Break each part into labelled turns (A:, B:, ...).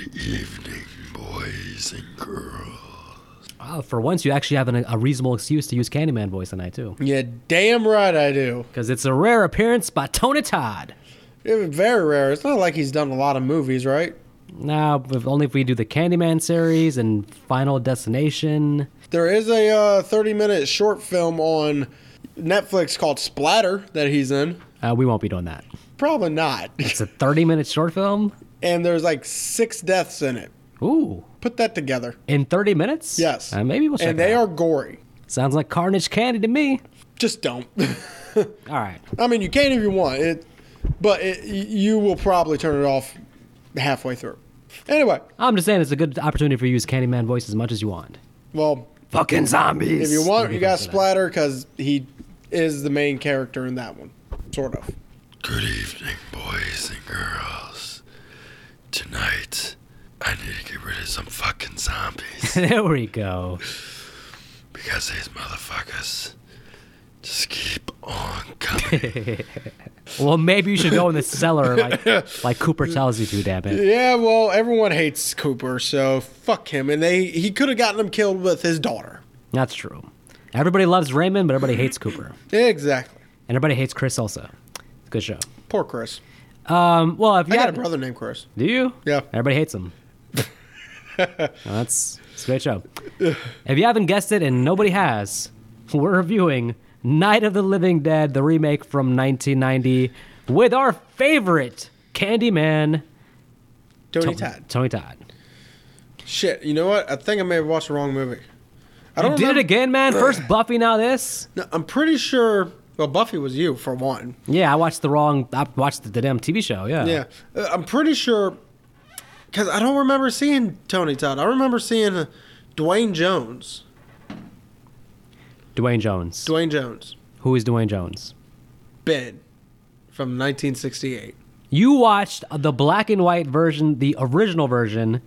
A: evening, boys and girls.
B: Oh, for once, you actually have an, a reasonable excuse to use Candyman voice tonight too,
C: Yeah, damn right I do.
B: because it's a rare appearance by Tony Todd.
C: It's very rare. It's not like he's done a lot of movies, right?
B: Now, if only if we do the Candyman series and Final Destination.
C: There is a uh, 30 minute short film on Netflix called Splatter that he's in.
B: Uh, we won't be doing that.
C: Probably not.
B: It's a 30 minute short film.
C: And there's like six deaths in it.
B: Ooh,
C: Put that together.
B: in 30 minutes?
C: Yes.
B: Uh, maybe we'll check
C: And they
B: it out.
C: are gory.
B: Sounds like Carnage Candy to me.
C: Just don't.
B: All right.
C: I mean, you can if you want it, but it, you will probably turn it off halfway through. Anyway,
B: I'm just saying it's a good opportunity for you to use Candyman voice as much as you want.
C: well,
B: Fucking zombies.
C: if you want, you got
B: Consider that.
C: Splatter because he is the main character in that one, sort of.
A: Good evening, boys and girls. Tonight, I need to get rid of some fucking zombies
B: there we go.
A: because these motherfuckers just keep on coming.
B: Well, maybe you should go in the cellar like like Cooper tells you to, damn it.
C: Yeah, well, everyone hates Cooper, so fuck him. And they he could have gotten him killed with his daughter.
B: That's true. Everybody loves Raymond, but everybody hates Cooper.
C: Exactly.
B: And everybody hates Chris also. It's a good show.
C: Poor Chris.
B: Um, well, if you
C: I got a
B: had-
C: brother named Chris.
B: Do you?
C: Yeah.
B: Everybody hates him. Well, that's it's a great show. If you haven't guessed it, and nobody has, we're reviewing Night of the Living Dead, the remake from 1990, with our favorite Candyman,
C: Tony Todd.
B: Tony Todd.
C: Shit, you know what? I think I may have watched the wrong movie. I
B: You
C: don't
B: did it
C: remember-
B: again, man. First Buffy, now this.
C: No, I'm pretty sure. Well, Buffy was you for one.
B: Yeah, I watched the wrong. I watched the, the damn TV show. Yeah.
C: Yeah, Uh, I'm pretty sure because I don't remember seeing Tony Todd. I remember seeing uh, Dwayne Jones.
B: Dwayne Jones.
C: Dwayne Jones,
B: Who is Dwayne Jones?
C: Ben, from 1968.
B: You watched the black and white version, the original version.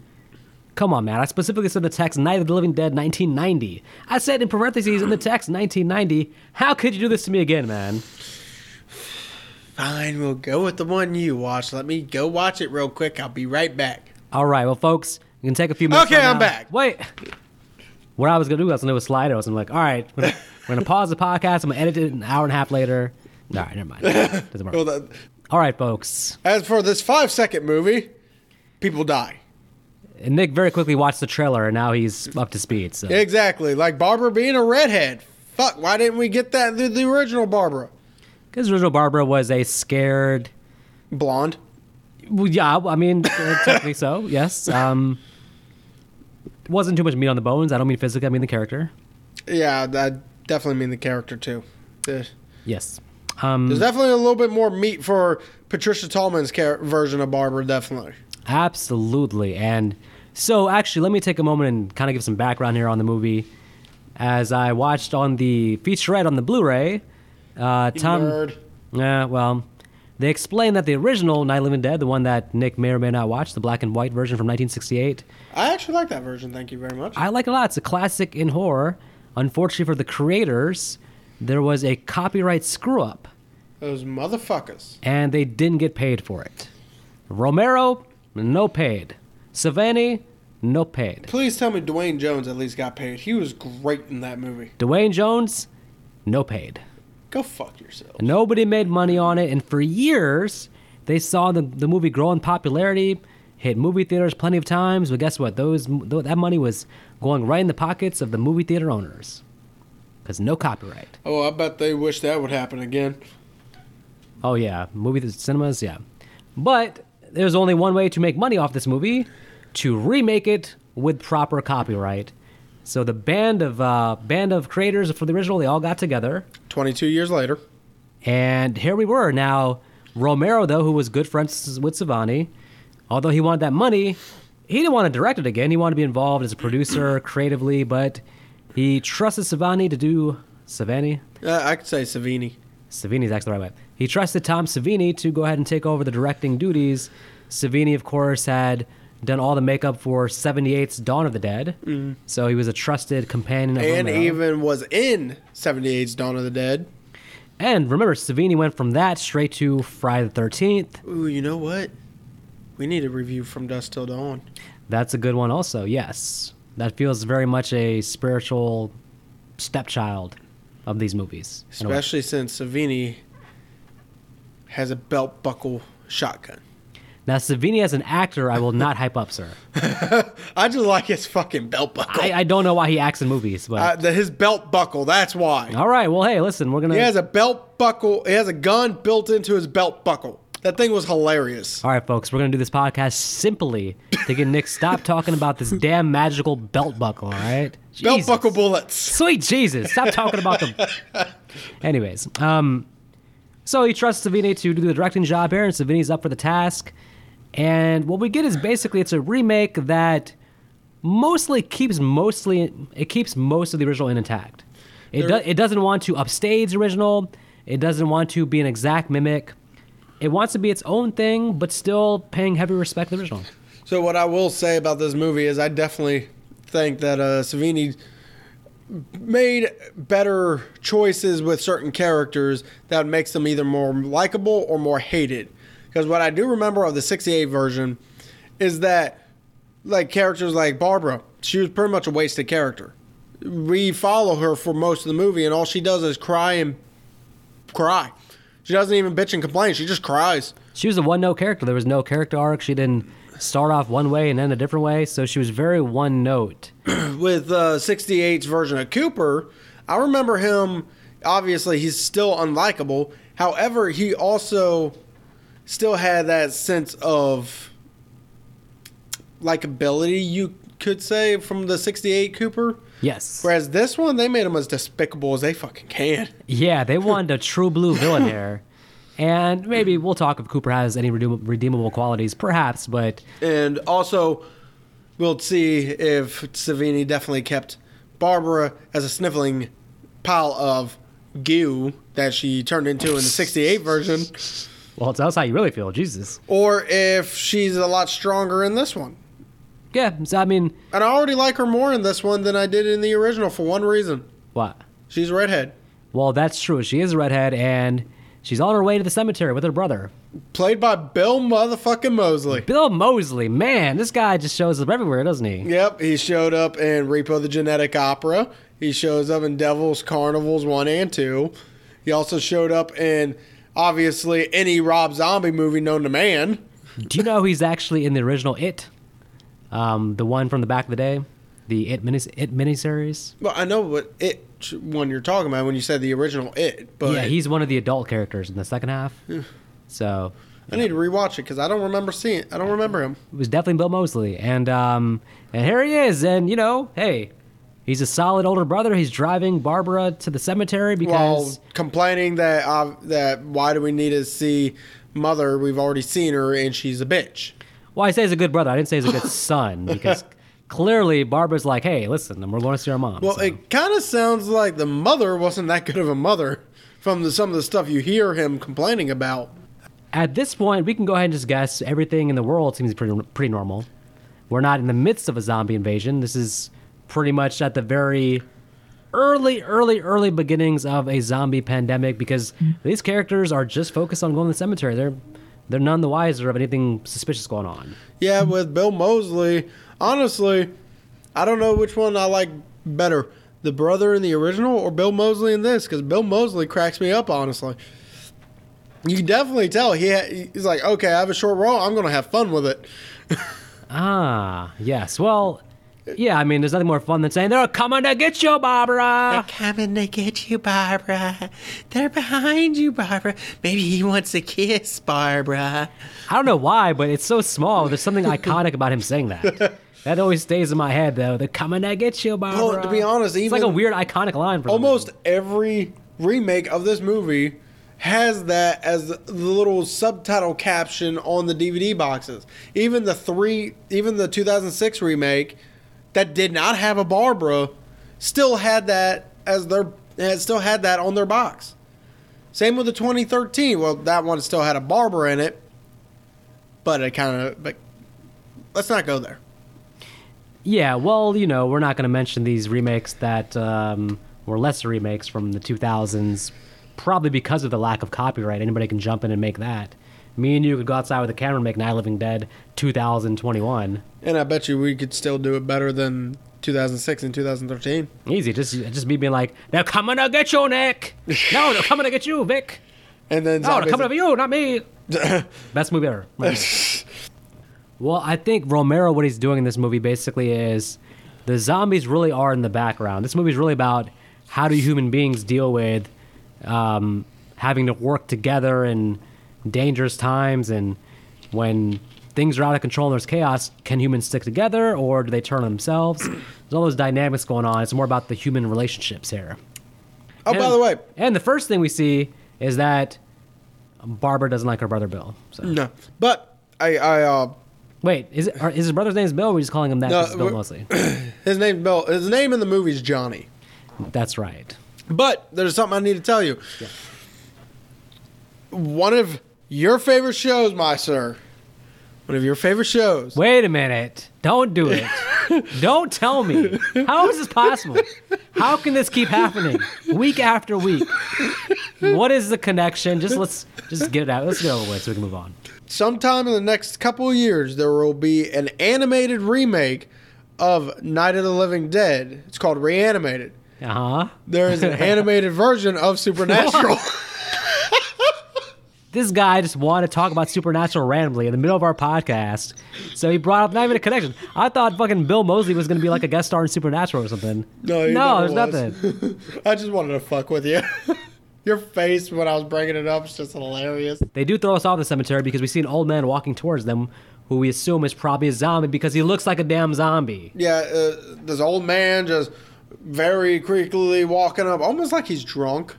B: Come on, man. I specifically said in the text Night of the Living Dead 1990. I said in parentheses in the text 1990. How could you do this to me again, man?
C: Fine, we'll go with the one you watched. Let me go watch it real quick. I'll be right back.
B: All right, well, folks, you can take a few minutes.
C: Okay,
B: right
C: I'm
B: now.
C: back.
B: Wait. What I was going to do, I was going to do a slide. I was gonna be like, all right, we're going to pause the podcast. I'm going to edit it an hour and a half later. All right, never mind. Doesn't
C: Well,
B: work.
C: that,
B: All right, folks.
C: as for this five second movie, people die.
B: And Nick very quickly watched the trailer, and now he's up to speed. So.
C: Exactly. Like Barbara being a redhead. Fuck, why didn't we get that through the original Barbara?
B: Because original Barbara was a scared.
C: Blonde.
B: Well, yeah, I mean, uh, technically so. Yes. Um, wasn't too much meat on the bones. I don't mean physically. I mean the character.
C: Yeah, I definitely mean the character too. There's
B: Yes. Um,
C: there's definitely a little bit more meat for Patricia Tallman's char- version of Barbara, definitely.
B: absolutely. And so, actually, let me take a moment and kind of give some background here on the movie. As I watched on the featurette on the Blu-ray, uh, Tom.
C: Nerd.
B: Yeah, well, they explain that the original Night of the Living Dead, the one that Nick may or may not watch, the black and white version from 1968,
C: I actually like that version. Thank you very much.
B: I like it a lot. It's a classic in horror. Unfortunately for the creators, there was a copyright screw up
C: Those motherfuckers.
B: and they didn't get paid for it. Romero, no paid. Savani, no paid.
C: Please tell me Dwayne Jones at least got paid. He was great in that movie.
B: Dwayne Jones, no paid.
C: Go fuck yourself.
B: Nobody made money on it, and for years, they saw the, the movie grow in popularity, hit movie theaters plenty of times, but guess what? Those That money was going right in the pockets of the movie theater owners because no copyright.
C: Oh, I bet they wish that would happen again.
B: Oh yeah, movie the cinemas, yeah. But there's only one way to make money off this movie: to remake it with proper copyright. So the band of uh, band of creators for the original, they all got together,
C: 22 years later.
B: and here we were. Now Romero, though, who was good friends with Savani, although he wanted that money, he didn't want to direct it again. He wanted to be involved as a producer creatively, but he trusted Savani to do Savani.
C: Uh, I could say Savini.
B: Savini's actually the right way. He trusted Tom Savini to go ahead and take over the directing duties. Savini, of course, had done all the makeup for 78's Dawn of the Dead, so he was a trusted companion of
C: Mm-hmm. And
B: Romero.
C: even was in 78's Dawn of the Dead.
B: and remember, Savini went from that straight to Friday the 13th.
C: Ooh, you know what? We need a review from Dust Till Dawn.
B: That's a good one, also. Yes, that feels very much a spiritual stepchild of these movies. in a way.
C: Especially since Savini has a belt buckle shotgun.
B: Now, Savini as an actor, I will not hype up, sir.
C: I just like his fucking belt buckle.
B: I, I don't know why he acts in movies, but
C: Uh, the, his belt buckle, that's why.
B: all right. Well, hey, listen, we're gonna.
C: He has a belt buckle. He has a gun built into his belt buckle. That thing was hilarious.
B: All right, folks, we're going to do this podcast simply to get Nick stop talking about this damn magical belt buckle, all right?
C: Belt
B: Jesus.
C: buckle bullets.
B: Sweet Jesus, stop talking about them. Anyways, um, so he trusts Savini to do the directing job here, and Savini's up for the task. And what we get is basically it's a remake that mostly keeps mostly it keeps most of the original intact. It do,
C: There-
B: it doesn't want to upstage the original. It doesn't want to be an exact mimic. It wants to be its own thing, but still paying heavy respect to the original.
C: So what I will say about this movie is I definitely think that uh, Savini made better choices with certain characters that makes them either more likable or more hated. Because what I do remember of the 68 version is that like characters like Barbara, she was pretty much a wasted character. We follow her for most of the movie and all she does is cry and cry. She doesn't even bitch and complain. She just cries.
B: She was a one note character. There was no character arc. She didn't start off one way and end a different way. So she was very one note.
C: with uh, 68's version of Cooper, I remember him. Obviously, he's still unlikable. However, he also still had that sense of likability, you could say, from the 68 Cooper.
B: Yes.
C: Whereas this one, they made him as despicable as they fucking can.
B: Yeah, they wanted a true blue villain there. And maybe we'll talk if Cooper has any redeem- redeemable qualities, perhaps, but
C: And also, we'll see if Savini definitely kept Barbara as a sniffling pile of goo that she turned into in the 68 version,
B: well, tell us how you really feel, Jesus.
C: or if she's a lot stronger in this one.
B: Yeah, so I mean,
C: And I already like her more in this one than I did in the original for one reason
B: what?
C: she's a redhead.
B: Well, that's true. She is a redhead, and she's on her way to the cemetery with her brother,
C: Played by Bill motherfucking Mosley.
B: Bill Mosley. Man, this guy just shows up everywhere, doesn't he?
C: Yep, he showed up in Repo the Genetic Opera. He shows up in Devil's Carnivals 1 and 2. He also showed up in, obviously, any Rob Zombie movie known to man.
B: Do you know he's actually in the original It? Um, the one from the back of the day, the It mini It miniseries.
C: Well, I know what it one you're talking about when you said the original it, but
B: Yeah, he's one of the adult characters in the second half. So
C: I need to rewatch it because I don't remember seeing I don't remember him.
B: it was definitely Bill Mosley, and um, and here he is, and you know, hey, he's a solid older brother. He's driving Barbara to the cemetery because
C: While complaining that uh, that why do we need to see mother? We've already seen her and she's a bitch.
B: well, I say he's a good brother. I didn't say he's a good son because clearly Barbara's like, hey, listen, we're going to see our mom.
C: Well,
B: so-
C: it kind of sounds like the mother wasn't that good of a mother from the, some of the stuff you hear him complaining about.
B: at this point, we can go ahead and just guess everything in the world seems pretty pretty normal. We're not in the midst of a zombie invasion. This is pretty much at the very early, early, early beginnings of a zombie pandemic because these characters are just focused on going to the cemetery. They're they're none the wiser of anything suspicious going on.
C: Yeah, with Bill Mosley, honestly, I don't know which one I like better the brother in the original or Bill Mosley in this because Bill Mosley cracks me up, honestly. You can definitely tell he ha- he's like, okay, I have a short role. I'm going to have fun with it.
B: Ah, yes. Well, yeah. I mean, there's nothing more fun than saying they're coming to get you, Barbara.
D: coming to get you, Barbara. They're behind you, Barbara. Maybe he wants a kiss, Barbara.
B: I don't know why, but it's so small. There's something iconic about him saying that. That always stays in my head, though. They're coming to get you, Barbara.
C: Well, to be honest,
B: it's like a
C: even-
B: weird iconic line. For some
C: Almost
B: reason.
C: every remake of this movie has that as the little subtitle caption on the DVD boxes. Even the three, even the 2006 remake that did not have a Barbara, still had that as their had still had that on their box. Same with the 2013. Well, that one still had a Barbara in it, but it kind of. But let's not go there.
B: Yeah. Well, you know, we're not going to mention these remakes that um, were lesser remakes from the 2000s, probably because of the lack of copyright. Anybody can jump in and make that. Me and you could go outside with a camera and make Night of the Living Dead 2021.
C: And I bet you we could still do it better than 2006 and 2013.
B: Easy. Just just me being like, they're coming to get you, Nick. No, they're coming to get you, Vic.
C: And then
B: No, they're
C: zombies-
B: coming Oh, to you, not me. Best movie ever. Right Well, I think Romero, what he's doing in this movie basically is the zombies really are in the background. This movie is really about how do human beings deal with um, having to work together in dangerous times and when things are out of control and there's chaos, can humans stick together or do they turn on themselves? There's all those dynamics going on. It's more about the human relationships here.
C: oh, by the way,
B: And the first thing we see is that Barbara doesn't like her brother Bill. So.
C: no. But I, I, uh,
B: Wait, is it are, is his brother's name is Bill? Or are we just calling him that?
C: No,
B: 'cause it's Bill
C: we're-
B: mostly.
C: his name Bill. His name in the movie is Johnny.
B: That's right.
C: But there's something I need to tell you. One of your favorite shows, my sir. One of your favorite shows.
B: Wait a minute! Don't do it! Don't tell me. How is this possible? How can this keep happening week after week? What is the connection? Just let's just get it out. Let's get it over with so we can move on.
C: Sometime in the next couple of years, there will be an animated remake of Night of the Living Dead. It's called Reanimated.
B: Uh huh.
C: There is an animated version of Supernatural.
B: This guy just wanted to talk about supernatural randomly in the middle of our podcast, so he brought up not even a connection. I thought fucking Bill Mosley was going to be like a guest star in Supernatural or something.
C: he
B: no,
C: never
B: there's
C: was.
B: nothing.
C: I just wanted to fuck with you. Your face when I was bringing it up is just hilarious.
B: They do throw us off the cemetery because we see an old man walking towards them, who we assume is probably a zombie because he looks like a damn zombie.
C: Yeah, uh, this old man just very creakily walking up, almost like he's drunk.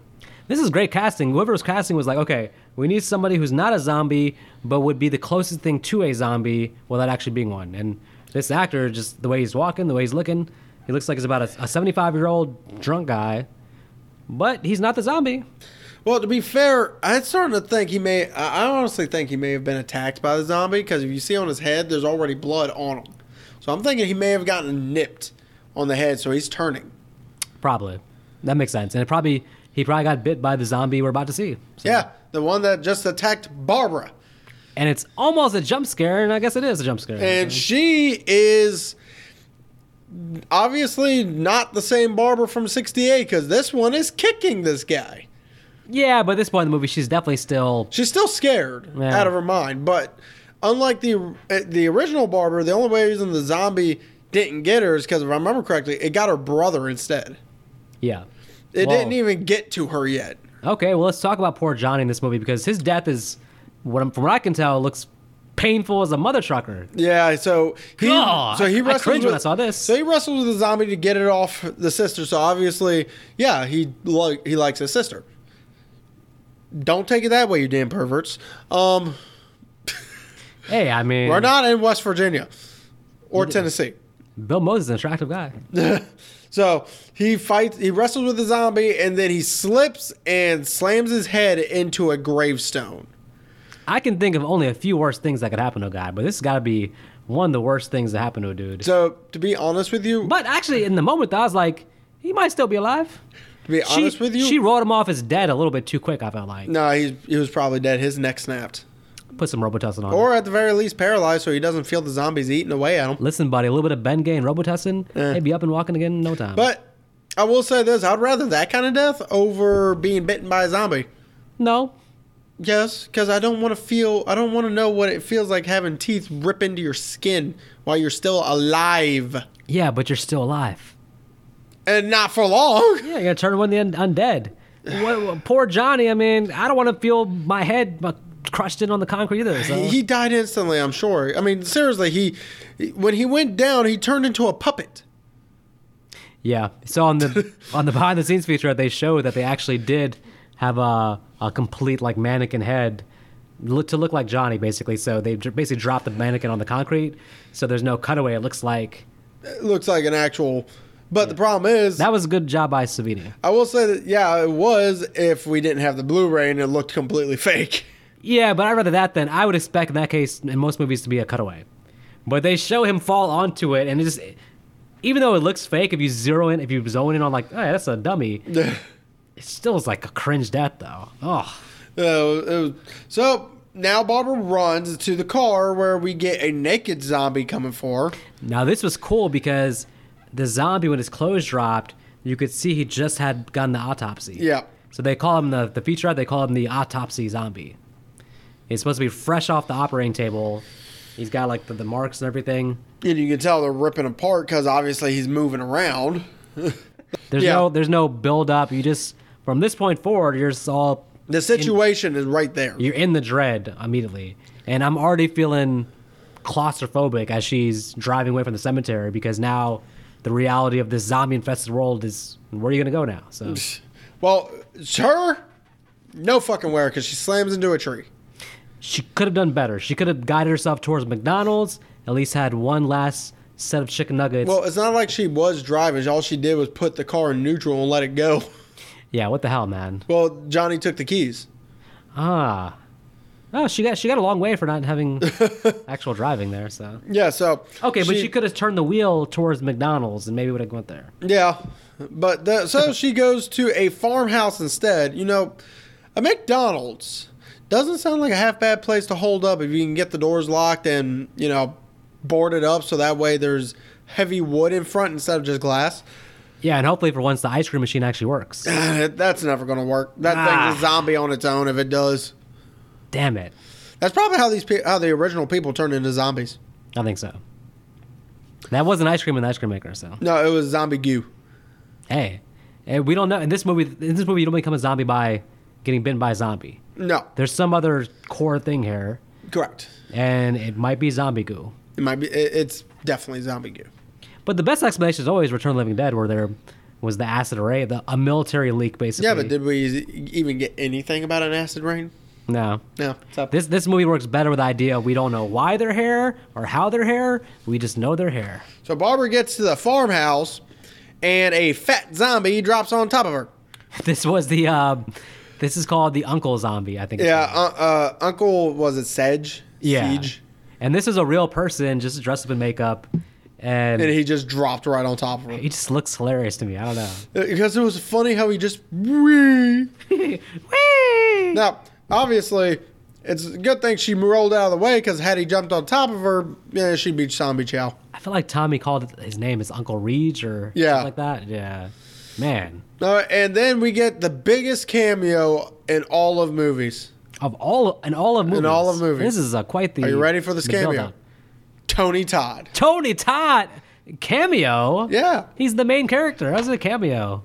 B: This is great casting. Whoever was casting was like, okay, we need somebody who's not a zombie, but would be the closest thing to a zombie without actually being one. And this actor, just the way he's walking, the way he's looking, he looks like he's about a 75 year old drunk guy, but he's not the zombie.
C: Well, to be fair, I'm starting to think he may. I I honestly think he may have been attacked by the zombie because if you see on his head, there's already blood on him. So I'm thinking he may have gotten nipped on the head, so he's turning.
B: Probably. That makes sense. And it probably, he probably got bit by the zombie we're about to see. So-
C: Yeah, the one that just attacked Barbara,
B: And it's almost a jump scare, and I guess it is a jump scare.
C: and she is obviously not the same Barbara from '68 because this one is kicking this guy.
B: Yeah, but at this point in the movie, she's definitely still.
C: She's still scared
B: Yeah.
C: out of her mind, but unlike the uh, the original Barber, the only way reason the zombie didn't get her is because if I remember correctly, it got her brother instead.
B: Yeah.
C: It
B: Well,
C: didn't even get to her yet.
B: Okay, well, let's talk about poor Johnny in this movie because his death is, what I'm, from what I can tell, looks painful as a mother trucker.
C: Yeah, so he
B: God,
C: so he
B: I
C: wrestles
B: cringed
C: with,
B: when I saw this.
C: So he wrestles with the zombie to get it off the sister. So obviously, yeah, he like he likes his sister. Don't take it that way, you damn perverts. Um,
B: Hey, I mean,
C: we're not in West Virginia or Tennessee.
B: Bill Moses is an attractive guy.
C: So he fights, he wrestles with the zombie, and then he slips and slams his head into a gravestone.
B: I can think of only a few worse things that could happen to a guy, but this has got to be one of the worst things that happened to a dude.
C: So, to be honest with you,
B: but actually, in the moment, I was like, he might still be alive.
C: to be
B: She,
C: honest with you,
B: she rolled him off as dead a little bit too quick. I felt like
C: no, he's, he was probably dead. His neck snapped,
B: put some Robitussin on. him.
C: or at the very least, paralyzed, so he doesn't feel the zombies eating away at him.
B: Listen, buddy, a little bit of Ben Gay and Robitussin, he'd be up and walking again in no time.
C: Eh. But I will say this: I'd rather that kind of death over being bitten by a zombie.
B: no,
C: Yes, because I don't want to feel. I don't want to know what it feels like having teeth rip into your skin while you're still alive,
B: Yeah, but you're still alive.
C: and not for long.
B: Yeah, you're gonna turn one the un- undead. What, what- poor Johnny. I mean, I don't want to feel my head uh, crushed in on the concrete either. So.
C: He died instantly, I'm sure. I mean, seriously, he when he went down, he turned into a puppet.
B: yeah. So on the on the behind the scenes feature, they showed that they actually did have a a complete like mannequin head. Look, to look like Johnny, basically. So they dr- basically dropped the mannequin on the concrete, so there's no cutaway. It looks like
C: It looks like an actual but the problem is
B: that was a good job by Savini.
C: I will say that yeah, it was if we didn't have the Blu-ray and it looked completely fake.
B: Yeah, but I'd rather that than I would expect in that case in most movies to be a cutaway. But they show him fall onto it, and it just even though it looks fake, if you zero in, if you zone in on like, hey, that's a dummy, it still is like a cringe death though. Oh,
C: Uh, it was- so now Barbara runs to the car where we get a naked zombie coming for her.
B: Now this was cool because the zombie, when his clothes dropped, you could see he just had gotten the autopsy.
C: Yeah.
B: So they call him the the feature. They call him the autopsy zombie. He's supposed to be fresh off the operating table. He's got like the, the marks and everything.
C: And you can tell they're ripping apart because obviously he's moving around.
B: There's
C: Yeah.
B: no there's no build up. You just from this point forward, you're just all
C: The situation is right there.
B: you're in the dread immediately. And I'm already feeling claustrophobic as she's driving away from the cemetery because now the reality of this zombie infested world is where are you gonna go now? So
C: Well, it's her, no fucking where because she slams into a tree.
B: she could have done better. She could have guided herself towards McDonald's, at least had one last set of chicken nuggets.
C: Well, it's not like she was driving. All she did was put the car in neutral and let it go.
B: yeah, what the hell, man?
C: Well, Johnny took the keys.
B: Ah. Oh, she got she got a long way for not having actual driving there, so
C: Yeah, so
B: Okay, but she could have turned the wheel towards McDonald's and maybe would have went there.
C: Yeah, but the, so she goes to a farmhouse instead. You know, a McDonald's doesn't sound like a half bad place to hold up if you can get the doors locked and you know boarded up so that way there's heavy wood in front instead of just glass.
B: Yeah, and hopefully for once the ice cream machine actually works.
C: That's never gonna work. That thing's a
B: Ah.
C: zombie on its own if it does.
B: Damn it.
C: That's probably how these pe- how the original people turned into zombies.
B: I think so. That wasn't ice cream in the ice cream maker, so
C: No, it was zombie goo.
B: hey. And we don't know in this movie in this movie you don't become a zombie by getting bitten by a zombie.
C: No,
B: There's some other core thing here,
C: correct.
B: and it might be zombie goo.
C: It might be. It, it's definitely zombie goo.
B: But the best explanation is always Return of the Living Dead, where there was the acid array, the, a military leak basically.
C: Yeah, but did we even get anything about an acid rain?
B: no.
C: No, it's up.
B: This this movie works better with the idea we don't know why they're here or how they're here. We just know they're here.
C: So Barbara gets to the farmhouse, and a fat zombie drops on top of her.
B: This was the uh, this is called the Uncle Zombie, I think. it's
C: Yeah,
B: called.
C: uh, uh, Uncle was it Sedge?
B: yeah.
C: Siege?
B: And this is a real person, just dressed up in makeup, and,
C: And
B: he,
C: he just dropped right on top of her.
B: just looks hilarious to me. I don't know.
C: Because it was funny how he just wee.
B: Whee!
C: Now, obviously, it's a good thing she rolled out of the way because had he jumped on top of her, yeah, she'd be zombie chow.
B: I feel like Tommy called it- his name is Uncle Reach or
C: Yeah.
B: something like that. Yeah, man.
C: Uh, and then we get the biggest cameo in all of movies.
B: Of all in all of movies,
C: all of movies.
B: this is uh, quite the.
C: Are you ready for this
B: the
C: cameo?
B: build-up.
C: Tony Todd.
B: Tony Todd cameo.
C: Yeah,
B: He's the main character. How's it a cameo?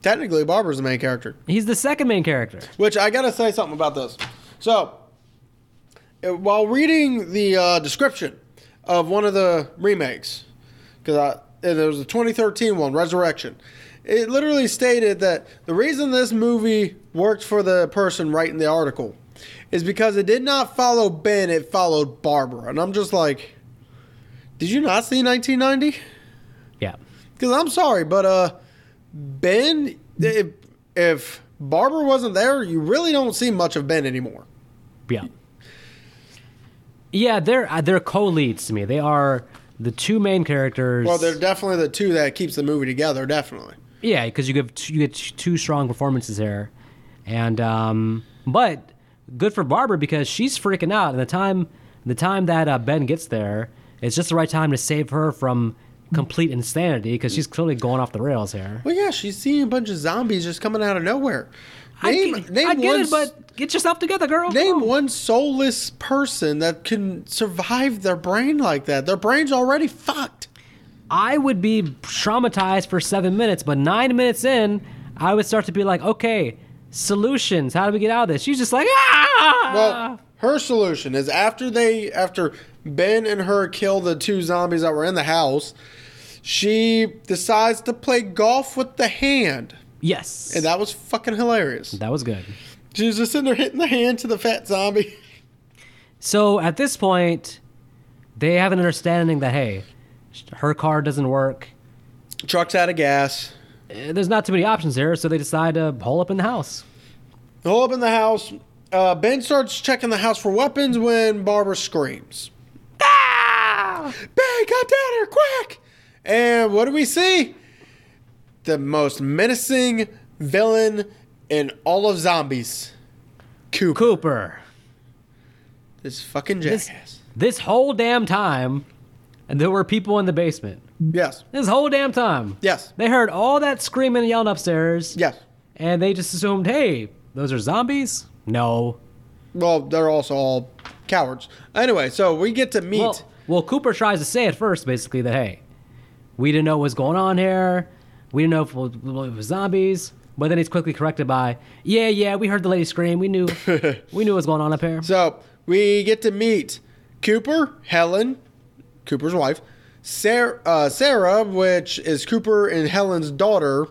C: technically Barbara's the main character.
B: He's the second main character.
C: Which I gotta say something about this. So, uh, while reading the uh, description of one of the remakes, because I and there was a 2013 one, Resurrection, it literally stated that the reason this movie worked for the person writing the article is because it did not follow Ben, it followed Barbara, and I'm just like, did you not see 1990?
B: Yeah.
C: Because I'm sorry, but uh, Ben, if, if Barbara wasn't there, you really don't see much of Ben anymore.
B: Yeah. Yeah, they're uh, they're co-leads to me. They are the two main characters.
C: Well, they're definitely the two that keeps the movie together. Definitely.
B: yeah, because you give two, you get two strong performances here, and um, but good for Barbara because she's freaking out. And the time the time that uh, Ben gets there, it's just the right time to save her from complete insanity because she's clearly going off the rails here.
C: Well, yeah, she's seeing a bunch of zombies just coming out of nowhere. Name,
B: I get,
C: name
B: I get
C: one,
B: it, but get yourself together, girl.
C: name
B: Come on.
C: one soulless person that can survive their brain like that. Their brain's already fucked.
B: I would be traumatized for seven minutes, but nine minutes in, I would start to be like, okay, solutions. How do we get out of this? She's just like, ah!
C: Well, her solution is after they after Ben and her kill the two zombies that were in the house, she decides to play golf with the hand.
B: yes.
C: And that was fucking hilarious.
B: that was good.
C: She was just sitting there hitting the hand to the fat zombie.
B: So at this point, they have an understanding that, hey, her car doesn't work.
C: Truck's out of gas.
B: Eh, There's not too many options here, so they decide to hole up in the house.
C: Hole up in the house. Uh, ben starts checking the house for weapons when Barbara screams. Ah! Ben, come down here quick! And what do we see? The most menacing villain in all of zombies. Cooper.
B: Cooper.
C: This fucking
B: This,
C: jackass.
B: this whole damn time, and there were people in the basement.
C: Yes.
B: This whole damn time.
C: Yes.
B: They heard all that screaming and yelling upstairs.
C: Yes.
B: And they just assumed, hey, those are zombies? No.
C: Well, they're also all cowards. Anyway, so we get to meet.
B: Well, well, Cooper tries to say at first, basically, that, hey, we didn't know what was going on here. We didn't know if it was, it was zombies. But then he's quickly corrected by, yeah, yeah, we heard the lady scream. We knew we knew what was going on up here.
C: so we get to meet Cooper, Helen, Cooper's wife, Sarah, uh, Sarah, which is Cooper and Helen's daughter,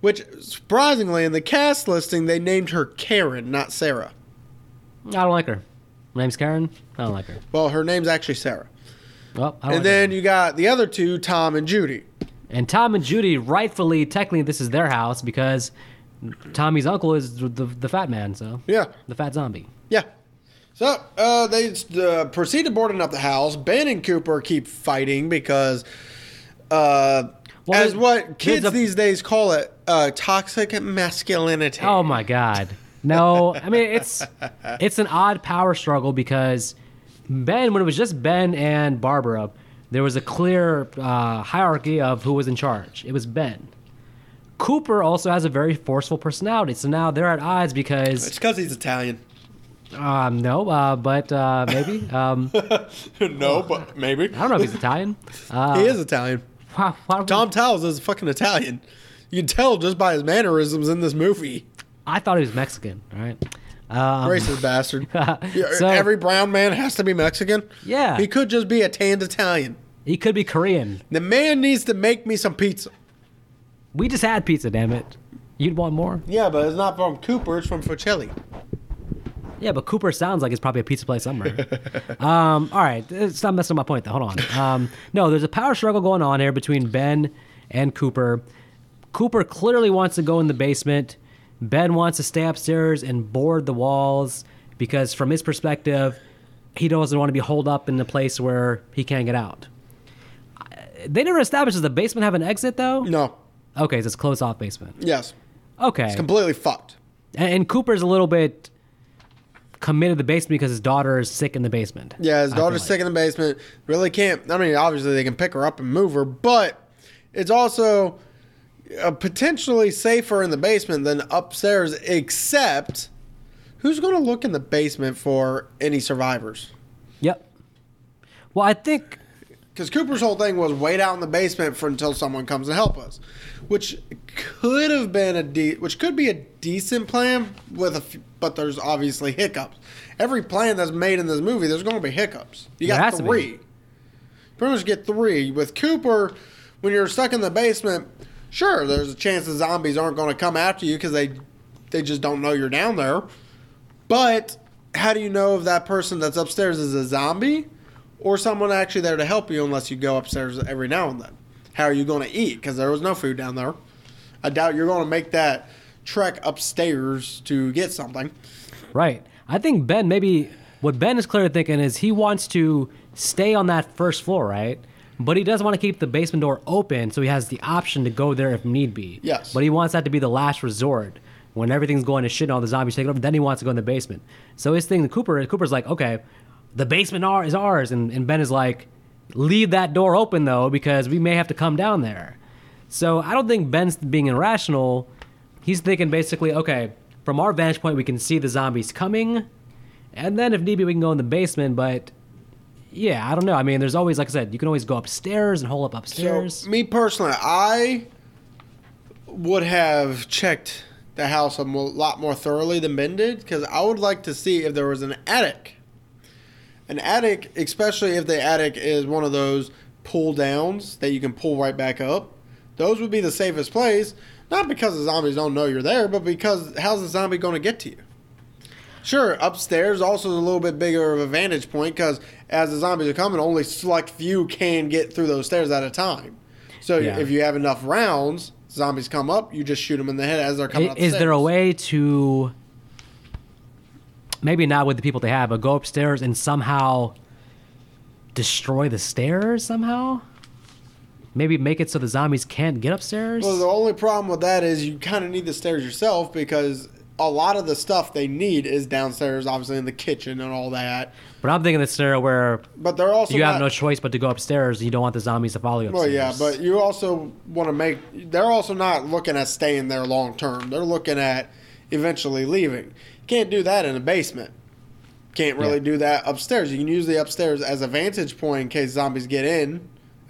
C: which surprisingly in the cast listing they named her Karen, not Sarah.
B: I don't like her. My name's Karen. I don't like her.
C: Well, her name's actually Sarah.
B: Well, Oh, I don't like her.
C: And then you got the other two, Tom and Judy.
B: And Tom and Judy, rightfully, technically, this is their house because Tommy's uncle is the, the fat man, so.
C: Yeah.
B: The fat zombie.
C: Yeah. So uh, they uh, proceed to boarding up the house. Ben and Cooper keep fighting because, uh,
B: Well,
C: as
B: there's-
C: what kids
B: there's a-
C: these days call it, uh, toxic masculinity.
B: Oh my god. No, I mean it's it's an odd power struggle because Ben, when it was just Ben and Barbara, there was a clear uh, hierarchy of who was in charge. It was Ben. Cooper also has a very forceful personality, so now they're at odds because
C: because he's Italian.
B: um, no, uh, but uh, maybe um, I
C: no, but maybe
B: don't know if he's Italian. Uh,
C: he is Italian.
B: why- why would-
C: Tom Towles is fucking Italian. You can tell just by his mannerisms in this movie.
B: I thought he was Mexican. All right. Um,
C: Racist bastard. Yeah,
B: So-
C: Every brown man has to be Mexican.
B: Yeah.
C: he could just be a tanned Italian.
B: He could be Korean.
C: The man needs to make me some pizza.
B: We just had pizza, damn it. You'd want more?
C: Yeah, but it's not from Cooper. It's from Focelli.
B: Yeah, but Cooper sounds like it's probably a pizza place somewhere. um, all right, uh, stop messing with my point. Though, hold on. Um, no, there's a power struggle going on here between Ben and Cooper. Cooper clearly wants to go in the basement. Ben wants to stay upstairs and board the walls because, from his perspective, he doesn't want to be holed up in a place where he can't get out. Uh, They never established does the basement have an exit though.
C: No.
B: Okay, so it's closed off basement.
C: Yes.
B: Okay.
C: Completely fucked.
B: And, and Cooper's a little bit committed to the basement because his daughter is sick in the basement.
C: Yeah, his
B: I feel
C: daughter's
B: like.
C: sick in the basement. Really can't. I mean, obviously they can pick her up and move her, but it's also uh, potentially safer in the basement than upstairs. Except, who's going to look in the basement for any survivors?
B: Yep. Well, I think
C: Because Cooper's whole thing was wait out in the basement for until someone comes and help us, which could have been a de- which could be a decent plan with a f- but there's obviously hiccups. Every plan that's made in this movie, there's going to be hiccups. You
B: There
C: got
B: has to be.
C: three. You pretty much get three with Cooper. When you're stuck in the basement, sure, there's a chance the zombies aren't going to come after you because they they just don't know you're down there. But how do you know if that person that's upstairs is a zombie or someone actually there to help you unless you go upstairs every now and then? How are you going to eat? Because there was no food down there. I doubt you're going to make that trek upstairs to get something.
B: right. I think Ben maybe what Ben is clearly thinking is he wants to stay on that first floor, right? But he does want to keep the basement door open so he has the option to go there if need be.
C: Yes.
B: But he wants that to be the last resort. When everything's going to shit and all the zombies take it over, then he wants to go in the basement. So his thing to Cooper Cooper's like, okay, the basement are, is ours. And, and Ben is like, leave that door open though, because we may have to come down there. So I don't think Ben's being irrational. He's thinking basically, okay, from our vantage point, we can see the zombies coming. And then if need be, we can go in the basement. But yeah, I don't know. I mean, there's always, like I said, you can always go upstairs and hole up upstairs.
C: So, me personally, I would have checked the house a mo- lot more thoroughly than Ben did because I would like to see if there was an attic. An attic, especially if the attic is one of those pull downs that you can pull right back up, those would be the safest place. Not because the zombies don't know you're there, but because how's the zombie going to get to you? Sure, upstairs also is a little bit bigger of a vantage point because as the zombies are coming, only select few can get through those stairs at a time. So
B: Yeah.
C: if you have enough rounds, zombies come up, you just shoot them in the head as they're coming
B: I-
C: up.
B: Is there a way to maybe not with the people they have, but go upstairs and somehow destroy the stairs somehow? Maybe make it so the zombies can't get upstairs?
C: Well, the only problem with that is you kind of need the stairs yourself because a lot of the stuff they need is downstairs, obviously in the kitchen and all that.
B: But I'm thinking the scenario where
C: But they're also
B: you have
C: not-
B: no choice but to go upstairs. You don't want the zombies to follow you
C: Well,
B: upstairs.
C: yeah, but you also want to make. They're also not looking at staying there long term. They're looking at eventually leaving. Can't do that in a basement. Can't really
B: Yeah.
C: do that upstairs. You can use the upstairs as a vantage point in case zombies get in,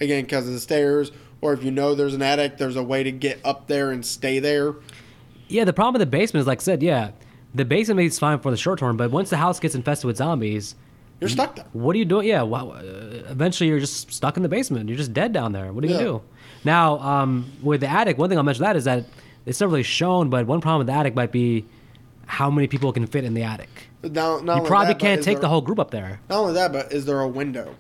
C: again because of the stairs, or if you know there's an attic, there's a way to get up there and stay there.
B: Yeah, the problem with the basement is, like I said, yeah, the basement is fine for the short term, but once the house gets infested with zombies,
C: You're stuck there.
B: what are you doing? Yeah, wow, uh, eventually you're just stuck in the basement. You're just dead down there. What are you
C: Yeah.
B: gonna do? Now, um, with the attic, one thing I'll mention that is that it's not really shown, but one problem with the attic might be how many people can fit in the attic.
C: Now, not
B: You
C: only
B: probably
C: that, but
B: can't
C: is
B: take
C: there-
B: the whole group up there.
C: Not only that, but is there a window?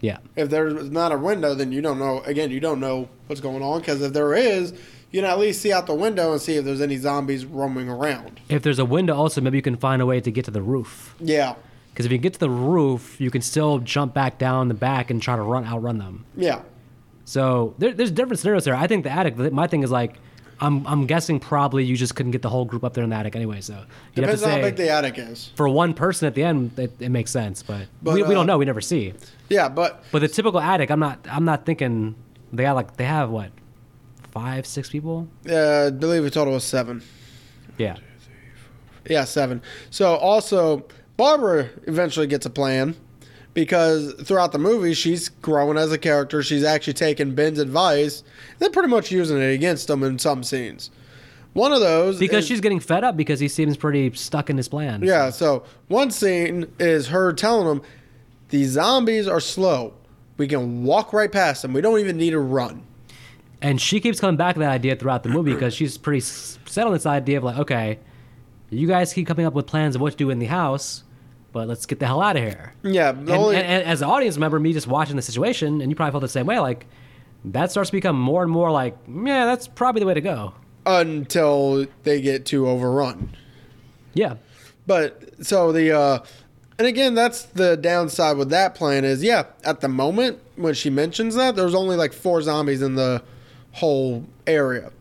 B: Yeah.
C: If there's not a window, then you don't know. Again, you don't know what's going on because if there is, you can at least see out the window and see if there's any zombies roaming around.
B: If there's a window, also maybe you can find a way to get to the roof.
C: Yeah,
B: Because if you get to the roof, you can still jump back down the back and try to run outrun them.
C: yeah,
B: So there, there's different scenarios there. I think the attic. My thing is like, I'm I'm guessing probably you just couldn't get the whole group up there in the attic anyway. So you have to
C: depends on how
B: say
C: big the attic is.
B: for one person at the end, it, it makes sense. But,
C: But,
B: we, we don't
C: uh,
B: know. We never see.
C: Yeah, but
B: But the typical attic, I'm not I'm not thinking they got like they have what five six people.
C: uh, I believe the total was seven.
B: Yeah,
C: Yeah, seven. So also, Barbara eventually gets a plan because throughout the movie, she's growing as a character. She's actually taking Ben's advice. and They're pretty much using it against him in some scenes. One of those
B: because
C: is-
B: she's getting fed up because he seems pretty stuck in his plan.
C: Yeah, so one scene is her telling them the zombies are slow. We can walk right past them. We don't even need to run.
B: And she keeps coming back to that idea throughout the movie because she's pretty s- set on this idea of like, okay, you guys keep coming up with plans of what to do in the house, but let's get the hell out of here.
C: Yeah, the
B: and,
C: only-
B: and- and as an audience member, me just watching the situation, and you probably felt the same way. Like that starts to become more and more like, yeah, that's probably the way to go.
C: until they get too overrun.
B: Yeah,
C: But so the uh and again that's the downside with that plan is yeah, at the moment when she mentions that there's only like four zombies in the whole area.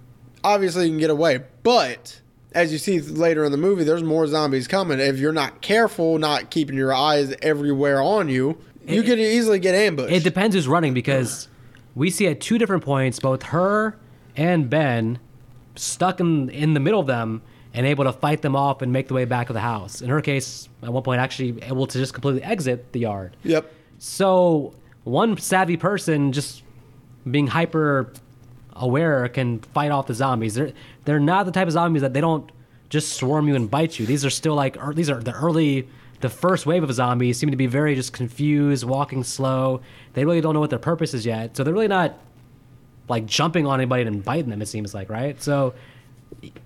C: Obviously you can get away, but as you see later in the movie there's more zombies coming. If you're not careful, not keeping your eyes everywhere on you, you could easily get ambushed.
B: it depends who's running because we see at two different points both her and Ben stuck in in the middle of them and able to fight them off and make the way back of the house. In her case, at one point actually able to just completely exit the yard.
C: yep.
B: So one savvy person just being hyper aware can fight off the zombies. They're they're not the type of zombies that they don't just swarm you and bite you. These are still like ear- these are the early the first wave of zombies seem to be very just confused, walking slow. They really don't know what their purpose is yet. So they're really not like jumping on anybody and biting them it seems like, right? So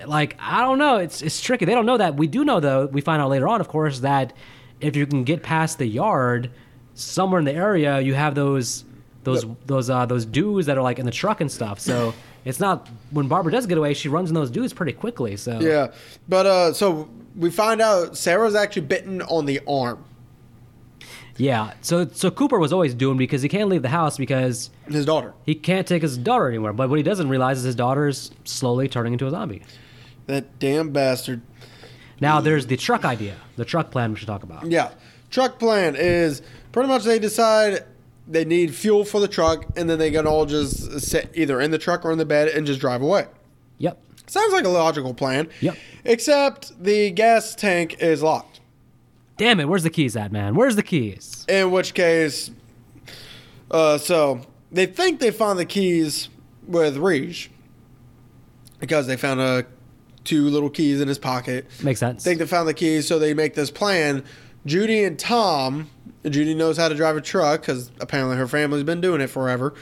B: like I don't know, it's it's tricky. They don't know that. We do know though. We find out later on, of course, that if you can get past the yard, somewhere in the area, you have those those those uh, those dudes that are like in the truck and stuff. So it's not when Barbara does get away, she runs in those dudes pretty quickly. So
C: Yeah. But uh so we find out Sarah's actually bitten on the arm.
B: yeah. So so Cooper was always doing because he can't leave the house because
C: His daughter.
B: he can't take his daughter anywhere. But what he doesn't realize is his daughter's slowly turning into a zombie.
C: That damn bastard.
B: Now there's the truck idea, the truck plan we should talk about.
C: Yeah. Truck plan is pretty much they decide they need fuel for the truck and then they can all just sit either in the truck or in the bed and just drive away.
B: Yep.
C: Sounds like a logical plan.
B: Yep.
C: Except the gas tank is locked.
B: Damn it, where's the keys at, man? Where's the keys?
C: In which case, uh, so they think they found the keys with Rige because they found uh, two little keys in his pocket.
B: Makes sense.
C: think they found the keys, so they make this plan. Judy and Tom, Judy knows how to drive a truck because apparently her family's been doing it forever.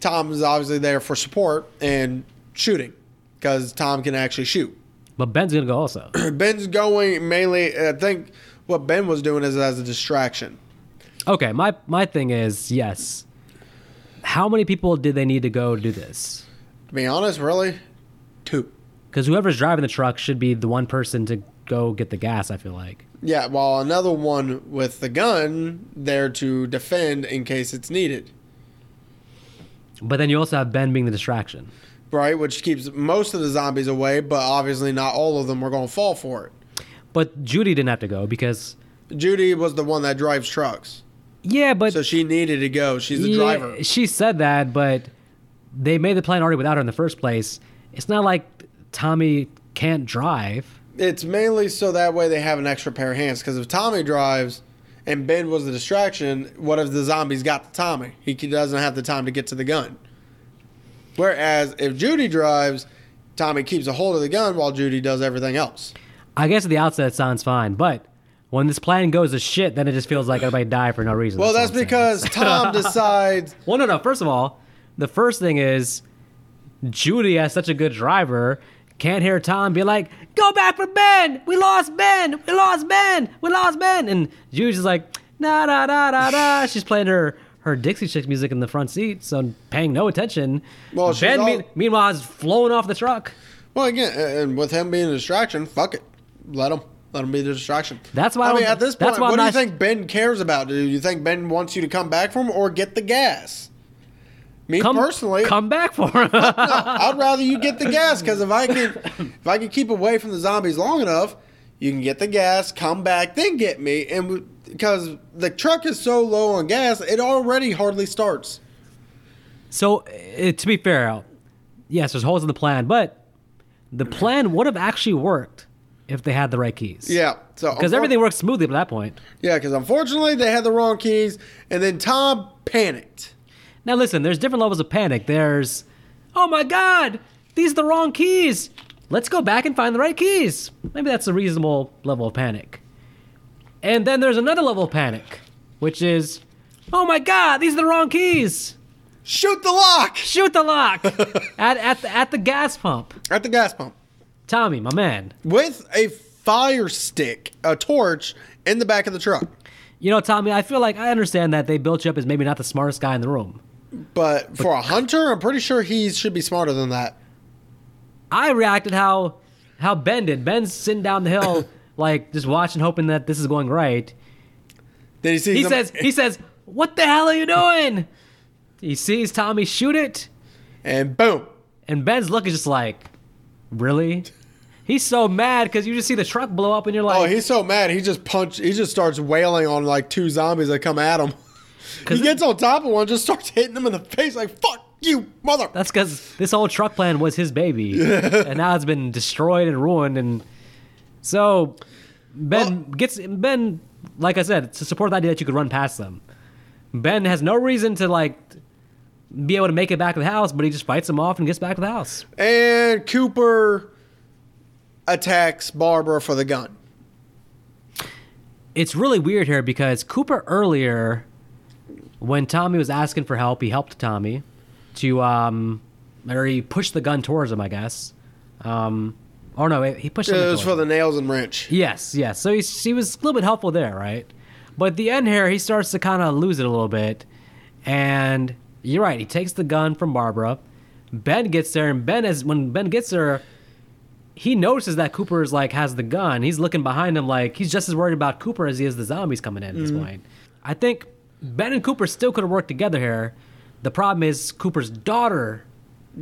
C: Tom is obviously there for support and shooting because Tom can actually shoot.
B: but Ben's gonna go also.
C: Ben's going mainly, I think what Ben was doing is as a distraction.
B: okay, my my thing is yes. How many people did they need to go do this?
C: To be honest, really, two.
B: Because whoever's driving the truck should be the one person to go get the gas. I feel like.
C: Yeah, while another one with the gun there to defend in case it's needed.
B: But then you also have Ben being the distraction.
C: right? Which keeps most of the zombies away, but obviously not all of them are going to fall for it.
B: But Judy didn't have to go because
C: Judy was the one that drives trucks,
B: yeah, but
C: so she needed to go. She's the
B: yeah,
C: driver.
B: She said that, but they made the plan already without her in the first place. It's not like Tommy can't drive.
C: It's mainly so that way they have an extra pair of hands. Because if Tommy drives and Ben was the distraction, what if the zombies got to Tommy? He c- doesn't have the time to get to the gun. Whereas if Judy drives, Tommy keeps a hold of the gun while Judy does everything else.
B: I guess at the outset it sounds fine, but when this plan goes to shit, then it just feels like everybody died for no reason.
C: Well,
B: all
C: that's
B: I'm saying.
C: because Tom decides.
B: Well, no, no. First of all, the first thing is Judy, as such a good driver, can't hear Tom be like, "Go back for Ben. We lost Ben. We lost Ben. We lost Ben." And Judy's just like, "Na da da da da." She's playing her her Dixie Chicks music in the front seat, so paying no attention.
C: Well, she's
B: Ben,
C: all-
B: me- meanwhile, has flown off the truck.
C: Well, again, a- and with him being a distraction, fuck it, let him. Let him be the distraction.
B: That's why
C: I
B: I
C: mean,
B: don't-
C: at this
B: that's
C: point,
B: why
C: what
B: I'm
C: do you
B: not-
C: think Ben cares about? Do you think Ben wants you to come back for him or get the gas? Me
B: Come
C: personally,
B: come back for him.
C: I'd rather you get the gas because if I can, if I can keep away from the zombies long enough, you can get the gas, come back, then get me. And because the truck is so low on gas, it already hardly starts.
B: So, uh, to be fair, yes, there's holes in the plan, but the plan would have actually worked if they had the right keys.
C: Yeah, so
B: Because everything worked smoothly up to that point.
C: Yeah, because unfortunately they had the wrong keys, and then Tom panicked.
B: Now, listen, there's different levels of panic. There's, oh my God, these are the wrong keys. Let's go back and find the right keys. Maybe that's a reasonable level of panic. And then there's another level of panic, which is, oh my God, these are the wrong keys.
C: Shoot the lock
B: Shoot the lock at, at, the, at the gas pump.
C: at the gas pump
B: Tommy, my man.
C: with a fire stick, a torch in the back of the truck.
B: You know, Tommy, I feel like I understand that they built you up as maybe not the smartest guy in the room.
C: But for a hunter, I'm pretty sure he should be smarter than that.
B: I reacted how how Ben did. Ben's sitting down the hill, like just watching, hoping that this is going right.
C: Then he sees.
B: He
C: him-
B: says, he says, "What the hell are you doing?" He sees Tommy shoot it,
C: and boom.
B: and Ben's look is just like, "Really?" He's so mad because you just see the truck blow up, and you're
C: Oh,
B: like,
C: he's so mad. He just punch. He just starts wailing on like two zombies that come at him. he
B: 'Cause-
C: gets on top of one, just starts hitting him in the face, like "fuck you, mother."
B: "That's because this whole truck plan was his baby, and now it's been destroyed and ruined." And so Ben gets Ben, like I said, to support the idea that you could run past them. Ben has no reason to like be able to make it back to the house, but he just fights them off and gets back to the house.
C: and Cooper attacks Barbara for the gun.
B: it's really weird here because Cooper earlier, when Tommy was asking for help, he helped Tommy to um, or he pushed the gun towards him, I guess. Um, or no, he pushed
C: It
B: something
C: was
B: towards
C: for
B: him.
C: the nails and wrench.
B: Yes, yes. So he he was a little bit helpful there, right? But at the end here, he starts to kind of lose it a little bit, and you're right. He takes the gun from Barbara. Ben gets there, and Ben is when Ben gets there, he notices that Cooper is like has the gun. He's looking behind him like he's just as worried about Cooper as he is the zombies coming in at this point. I think Ben and Cooper still could have worked together here. The problem is Cooper's daughter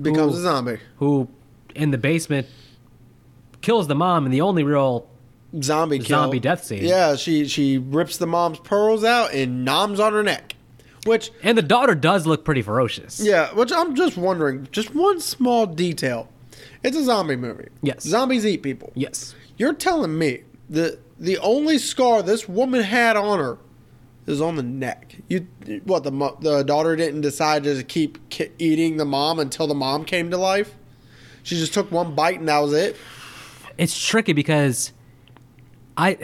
C: Becomes
B: Ooh.
C: a zombie.
B: who in the basement kills the mom and the only real
C: Zombie kill.
B: Zombie death scene.
C: Yeah, she she rips the mom's pearls out and noms on her neck. Which
B: and the daughter does look pretty ferocious
C: yeah, which I'm just wondering, just one small detail. It's a zombie movie.
B: Yes.
C: Zombies eat people.
B: yes
C: You're telling me the the only scar this woman had on her is on the neck. You what the mo- the daughter didn't decide to keep ki- eating the mom until the mom came to life. She just took one bite and that was it.
B: it's tricky because i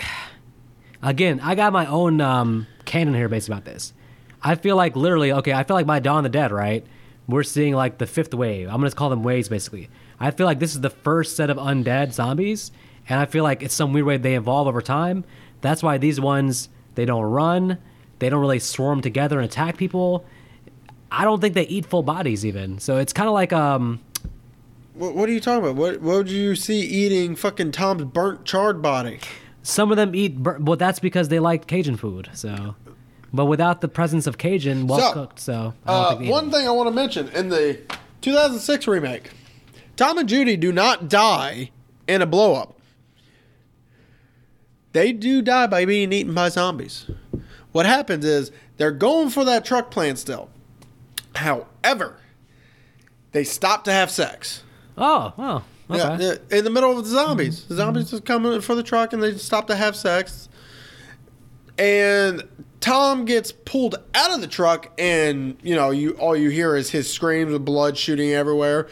B: again i got my own um canon here based about this i feel like literally okay i feel like my dawn of the dead right we're seeing like the fifth wave i'm gonna call them waves basically i feel like this is the first set of undead zombies and i feel like it's some weird way they evolve over time that's why these ones they don't run they don't really swarm together and attack people i don't think they eat full bodies even so it's kind of like um
C: What, what are you talking about? What what would you see eating fucking Tom's burnt charred body?
B: Some of them eat, bur- well, that's because they like Cajun food. So, but without the presence of Cajun, well
C: So,
B: cooked. So, I don't
C: Uh,
B: think they eat
C: one
B: it.
C: thing I want to mention in the 2006 remake, Tom and Judy do not die in a blow up. They do die by being eaten by zombies. What happens is they're going for that truck plan still. However, they stop to have sex.
B: Oh, oh, okay.
C: Yeah, yeah, in the middle of the zombies. The zombies just come for the truck and they just stop to have sex. And Tom gets pulled out of the truck and you know, you all you hear is his screams of blood shooting everywhere.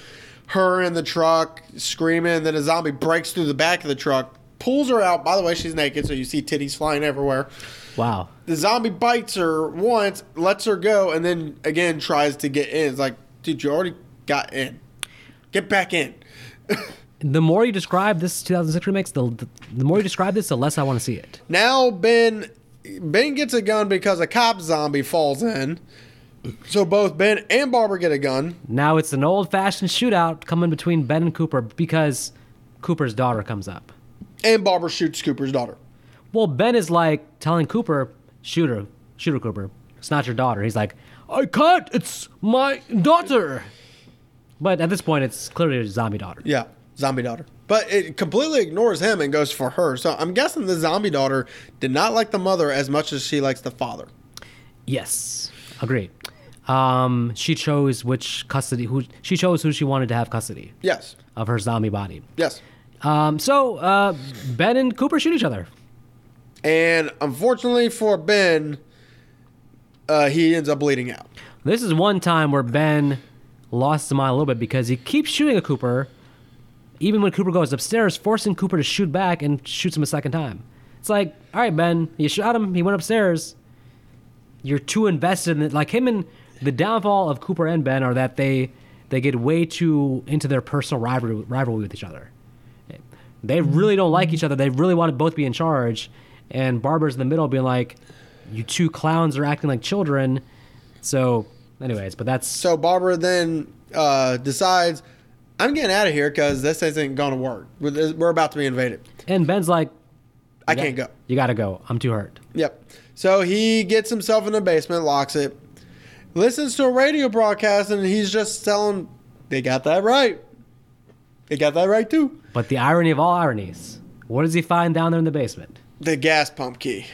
C: Her in the truck screaming, then a zombie breaks through the back of the truck, pulls her out. By the way, she's naked, so you see titties flying everywhere.
B: Wow.
C: The zombie bites her once, lets her go, and then again tries to get in. It's like, dude, you already got in. Get back in.
B: The more you describe this 2006 remakes, the, the, the more you describe this, the less I want to see it.
C: Now Ben Ben gets a gun because a cop zombie falls in. So both Ben and Barbara get a gun.
B: Now it's an old fashioned shootout coming between Ben and Cooper because Cooper's daughter comes up.
C: And Barbara shoots Cooper's daughter.
B: Well, Ben is like telling Cooper, shoot her, shoot her, Cooper. It's not your daughter. He's like, I can't. It's my daughter. But at this point, it's clearly a zombie daughter.
C: Yeah, zombie daughter. But it completely ignores him and goes for her. So I'm guessing the zombie daughter did not like the mother as much as she likes the father.
B: Yes, agree. Um, she chose which custody. Who she chose who she wanted to have custody
C: Yes.
B: of her zombie body.
C: Yes.
B: Um, so uh, Ben and Cooper shoot each other.
C: And unfortunately for Ben, uh, he ends up bleeding out.
B: This is one time where Ben lost his mind a little bit because he keeps shooting at Cooper, even when Cooper goes upstairs, forcing Cooper to shoot back and shoots him a second time. It's like, all right, Ben, you shot him. He went upstairs. You're too invested in it. Like him and the downfall of Cooper and Ben are that they they get way too into their personal rivalry, rivalry with each other. They really don't like each other. They really want to both be in charge. And Barbara's in the middle being like, you two clowns are acting like children. So, anyways, but that's.
C: So Barbara then uh, decides, I'm getting out of here because this isn't going to work. We're we're about to be invaded.
B: And Ben's like,
C: I can't go.
B: you gotta go. I'm too hurt.
C: Yep. So he gets himself in the basement, locks it, listens to a radio broadcast, and he's just telling they got that right. They got that right too.
B: But the irony of all ironies, what does he find down there in the basement?
C: The gas pump key.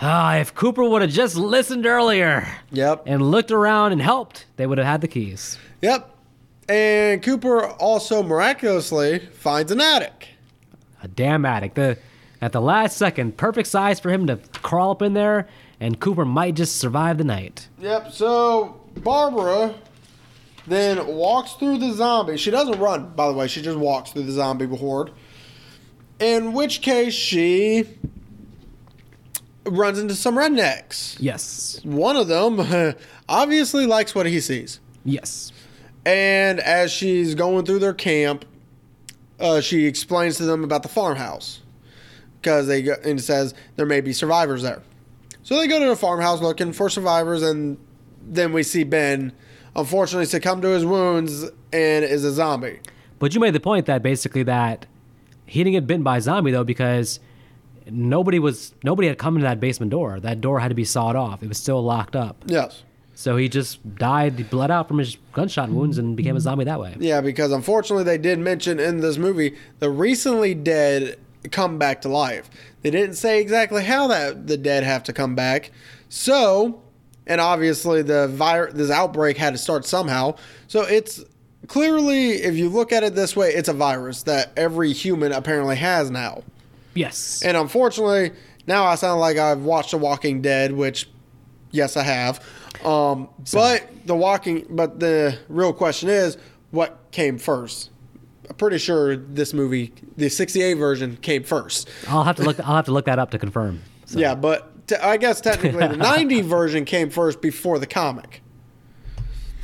B: Ah, if Cooper would have just listened earlier
C: Yep.
B: and looked around and helped, they would have had the keys.
C: Yep. And Cooper also miraculously finds an attic.
B: A damn attic. The at the last second, perfect size for him to crawl up in there, and Cooper might just survive the night.
C: Yep. So Barbara then walks through the zombie. She doesn't run, by the way. She just walks through the zombie horde. In which case, she runs into some rednecks.
B: Yes.
C: One of them obviously likes what he sees.
B: Yes.
C: And as she's going through their camp, uh, she explains to them about the farmhouse because they go, and it says there may be survivors there. So they go to the farmhouse looking for survivors, and then we see Ben, unfortunately, succumb to his wounds and is a zombie.
B: But you made the point that basically that he didn't get bitten by a zombie though because nobody was nobody had come into that basement door. That door had to be sawed off. It was still locked up.
C: Yes.
B: So he just died, he bled out from his gunshot wounds, and became a zombie that way.
C: Yeah, because unfortunately they did mention in this movie the recently dead come back to life. They didn't say exactly how that the dead have to come back. So, and obviously the virus this outbreak had to start somehow. So it's clearly if you look at it this way, it's a virus that every human apparently has now.
B: Yes.
C: And unfortunately, now I sound like I've watched The Walking Dead, which yes, I have. Um, but the walking, but the real question is, what came first? I'm pretty sure this movie, the '68 version, came first.
B: I'll have to look. I'll have to look that up to confirm. So,
C: Yeah, but te- I guess technically the '90 version came first before the comic.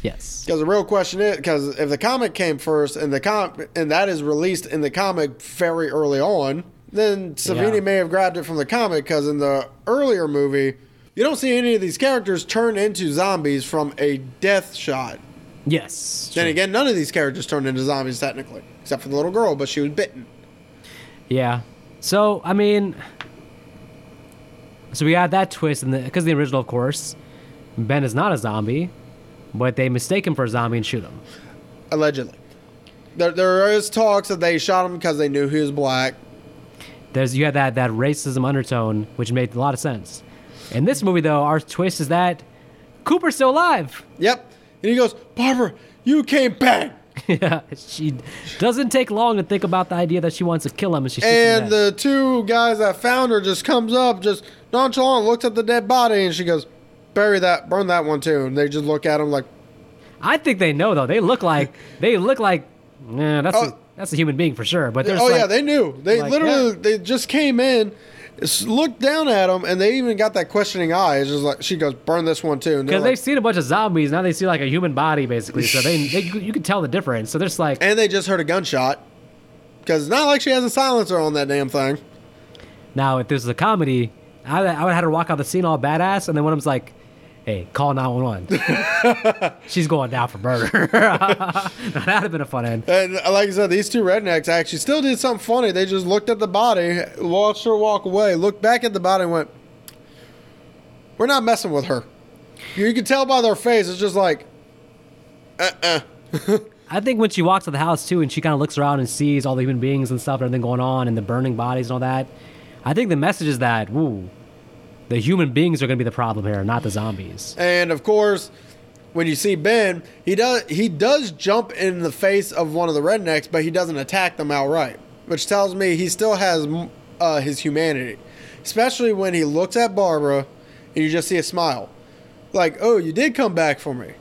B: Yes.
C: Because the real question is, because if the comic came first and the com and that is released in the comic very early on, then Savini
B: Yeah.
C: may have grabbed it from the comic. Because in the earlier movie, you don't see any of these characters turn into zombies from a death shot.
B: Yes.
C: Then again, none of these characters turned into zombies technically, except for the little girl, but she was bitten.
B: Yeah. So I mean, so we had that twist in the because the original, of course, Ben is not a zombie, but they mistake him for a zombie and shoot him.
C: allegedly. There, there is talks that they shot him because they knew he was black.
B: There's you had that that racism undertone, which made a lot of sense. In this movie, though, our twist is that Cooper's still alive.
C: Yep. And he goes, Barbara, you came back.
B: yeah, she doesn't take long to think about the idea that she wants to kill him, and she shoots him dead.
C: And the two guys that found her just comes up, just nonchalant, looks at the dead body, and she goes, "Bury that, burn that one too." And they just look at him like,
B: I think they know though. They look like they look like. Nah, that's
C: Oh.
B: a, that's a human being for sure. But there's
C: "Oh
B: like,
C: yeah, they knew. They
B: like,
C: literally, they just came in, s- looked down at him, and they even got that questioning eye. It's just like she goes, "Burn this one too." And they're
B: Because they've
C: like,
B: seen a bunch of zombies, now they see like a human body basically. So they, they you can tell the difference. So they're just like,
C: and they just heard a gunshot because it's not like she has a silencer on that damn thing.
B: now if this is a comedy, I, I would have had her walk out the scene all badass, and then one of them's like, "Hey, call 911." She's going down for murder. That'd have been a fun end.
C: And uh, like I said, these two rednecks actually still did something funny. They just looked at the body, watched her walk away, looked back at the body, and went, "We're not messing with her." You can tell by their face. It's just like,
B: I think when she walks to the house too, and she kind of looks around and sees all the human beings and stuff, and everything going on, and the burning bodies and all that. I think the message is that, woo, the human beings are going to be the problem here, not the zombies.
C: and of course, when you see Ben, he does he does jump in the face of one of the rednecks, but he doesn't attack them outright, which tells me he still has mm, uh, his humanity. Especially when he looks at Barbara, and you just see a smile, like, "Oh, you did come back for me."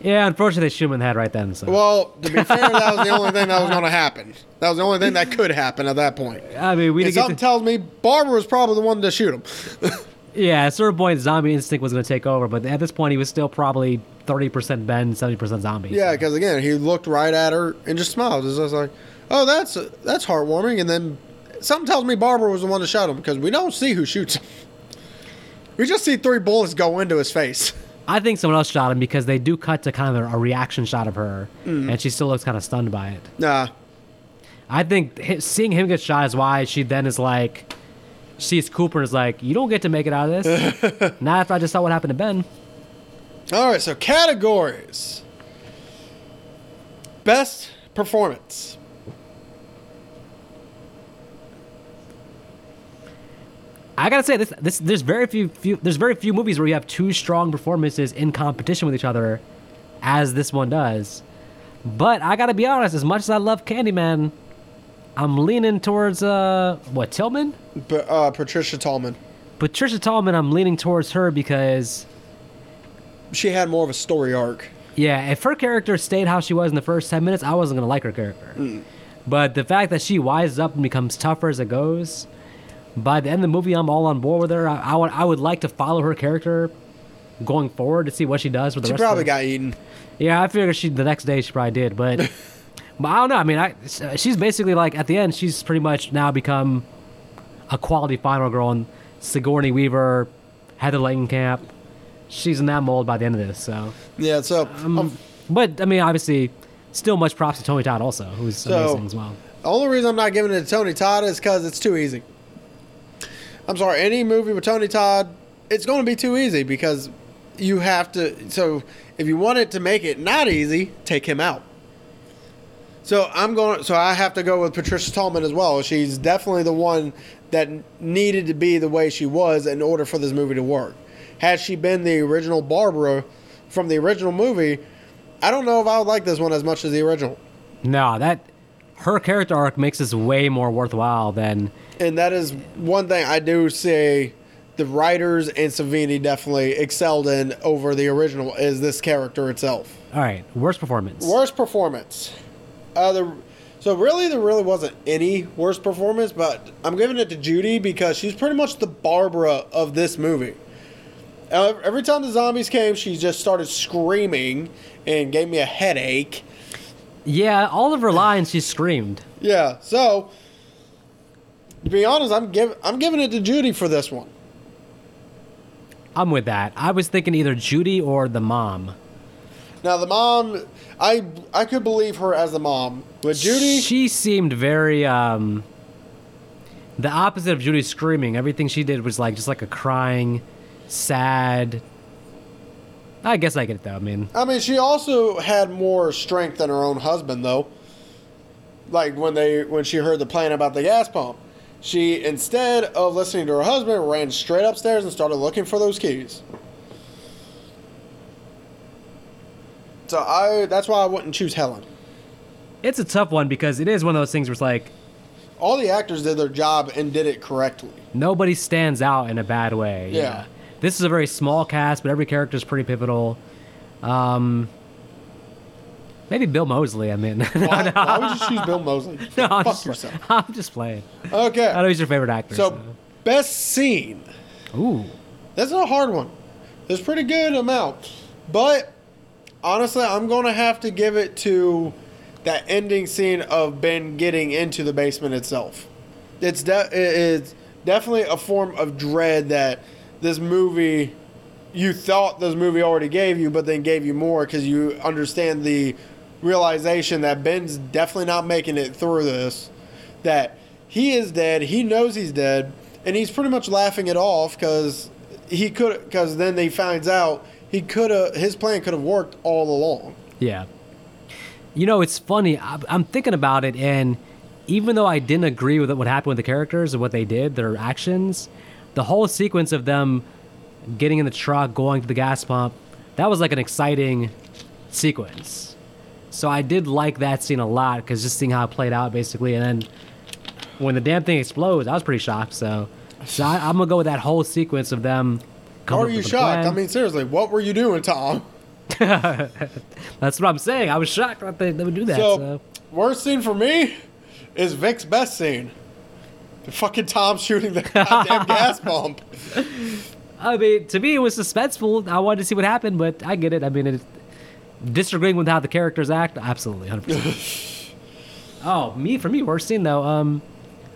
B: Yeah, unfortunately, they shoot him in the head right then. So.
C: Well, to be fair, that was the only thing that was going to happen. That was the only thing that could happen at that point.
B: I mean, we
C: And
B: didn't get
C: something
B: to,
C: tells me Barbara was probably the one to shoot him.
B: Yeah, at a certain point, zombie instinct was going to take over, but at this point, he was still probably 30% Ben, 70% zombie.
C: yeah, because again, he looked right at her and just smiled. It's just like, oh, that's that's heartwarming. And then something tells me Barbara was the one to shot him because we don't see who shoots him. We just see three bullets go into his face.
B: I think someone else shot him because they do cut to kind of a, a reaction shot of her,
C: Mm-hmm.
B: and she still looks kind of stunned by it.
C: Nah,
B: I think hi- seeing him get shot is why she then is like, sees Cooper and is like, You don't get to make it out of this. Not after I just saw what happened to Ben.
C: All right, so categories. Best performance.
B: I gotta say this, this there's very few, few there's very few movies where you have two strong performances in competition with each other, as this one does. But I gotta be honest, as much as I love Candyman, I'm leaning towards uh what Tillman,
C: P- uh, Patricia Tallman.
B: Patricia Tallman. I'm leaning towards her because
C: She had more of a story arc.
B: yeah, if her character stayed how she was in the first ten minutes, I wasn't gonna like her character.
C: Hmm.
B: But the fact that she wises up and becomes tougher as it goes, by the end of the movie, I'm all on board with her. I, I would I would like to follow her character going forward to see what she does with the
C: She
B: rest.
C: probably
B: of her.
C: got eaten.
B: Yeah, I figured she the next day she probably did, but but I don't know. I mean, I she's basically like at the end she's pretty much now become a quality final girl and Sigourney Weaver, Heather Langenkamp. She's in that mold by the end of this. So,
C: Yeah, so um,
B: but I mean, obviously, still much props to Tony Todd also, who's
C: So-
B: amazing as well.
C: the only reason I'm not giving it to Tony Todd is because it's too easy. I'm sorry, any movie with Tony Todd, it's going to be too easy because you have to. So if you want it to make it not easy, take him out. So I'm going. So I have to go with Patricia Tallman as well. She's definitely the one that needed to be the way she was in order for this movie to work. Had she been the original Barbara from the original movie, I don't know if I would like this one as much as the original.
B: No, that her character arc makes this way more worthwhile than
C: And that is one thing I do say the writers and Savini definitely excelled in over the original is this character itself.
B: all right worst performance.
C: Worst performance. Uh, the, so really, there really wasn't any worst performance, but I'm giving it to Judy because she's pretty much the Barbara of this movie. Uh, every time the zombies came, she just started screaming and gave me a headache.
B: yeah, all of her lines she screamed.
C: Yeah, so to be honest, I'm give, I'm giving it to Judy for this one.
B: I'm with that. I was thinking either Judy or the mom.
C: Now the mom, I I could believe her as the mom, but Judy,
B: She seemed very um the opposite of Judy screaming. Everything she did was like just like a crying, sad. I guess I get it though. I mean,
C: I mean, she also had more strength than her own husband, though. like when they when she heard the plan about the gas pump. She instead of listening to her husband ran straight upstairs and started looking for those keys. So I that's why I wouldn't choose Helen.
B: It's a tough one because it is one of those things where it's like
C: All the actors did their job and did it correctly.
B: nobody stands out in a bad way. you
C: Yeah.
B: know. This is a very small cast, but every character is pretty pivotal. Um, maybe Bill Mosley. I mean, no,
C: Why, why would you choose Bill Mosley?
B: I'm,
C: Fuck
B: just,
C: yourself.
B: I'm just playing.
C: Okay.
B: I know he's your favorite actor.
C: So, best scene.
B: so. ooh,
C: That's a hard one. There's pretty good amount, but honestly, I'm gonna have to give it to that ending scene of Ben getting into the basement itself. It's de- it's definitely a form of dread that this movie you thought this movie already gave you, but then gave you more because you understand the realization that Ben's definitely not making it through this. That he is dead. He knows he's dead, and he's pretty much laughing it off because he could. Because then they finds out he could have his plan could have worked all along.
B: yeah. You know, it's funny. I, I'm thinking about it, and even though I didn't agree with what happened with the characters and what they did, their actions, the whole sequence of them getting in the truck, going to the gas pump, that was like an exciting sequence. So I did like that scene a lot because just seeing how it played out basically, and then when the damn thing explodes, I was pretty shocked. So, so I, I'm gonna go with that whole sequence of them.
C: How
B: coming
C: are
B: up
C: you
B: with a
C: shocked? I
B: plan.
C: mean, seriously, what were you doing, Tom?
B: that's what I'm saying. I was shocked that they, they would do that.
C: so,
B: so.
C: worst scene for me is Vic's best scene. The fucking Tom shooting the goddamn gas pump.
B: I mean, to me, it was suspenseful. I wanted to see what happened, but I get it. I mean, it, disagreeing with how the characters act, absolutely, hundred percent. Oh, me for me, worst scene though. Um,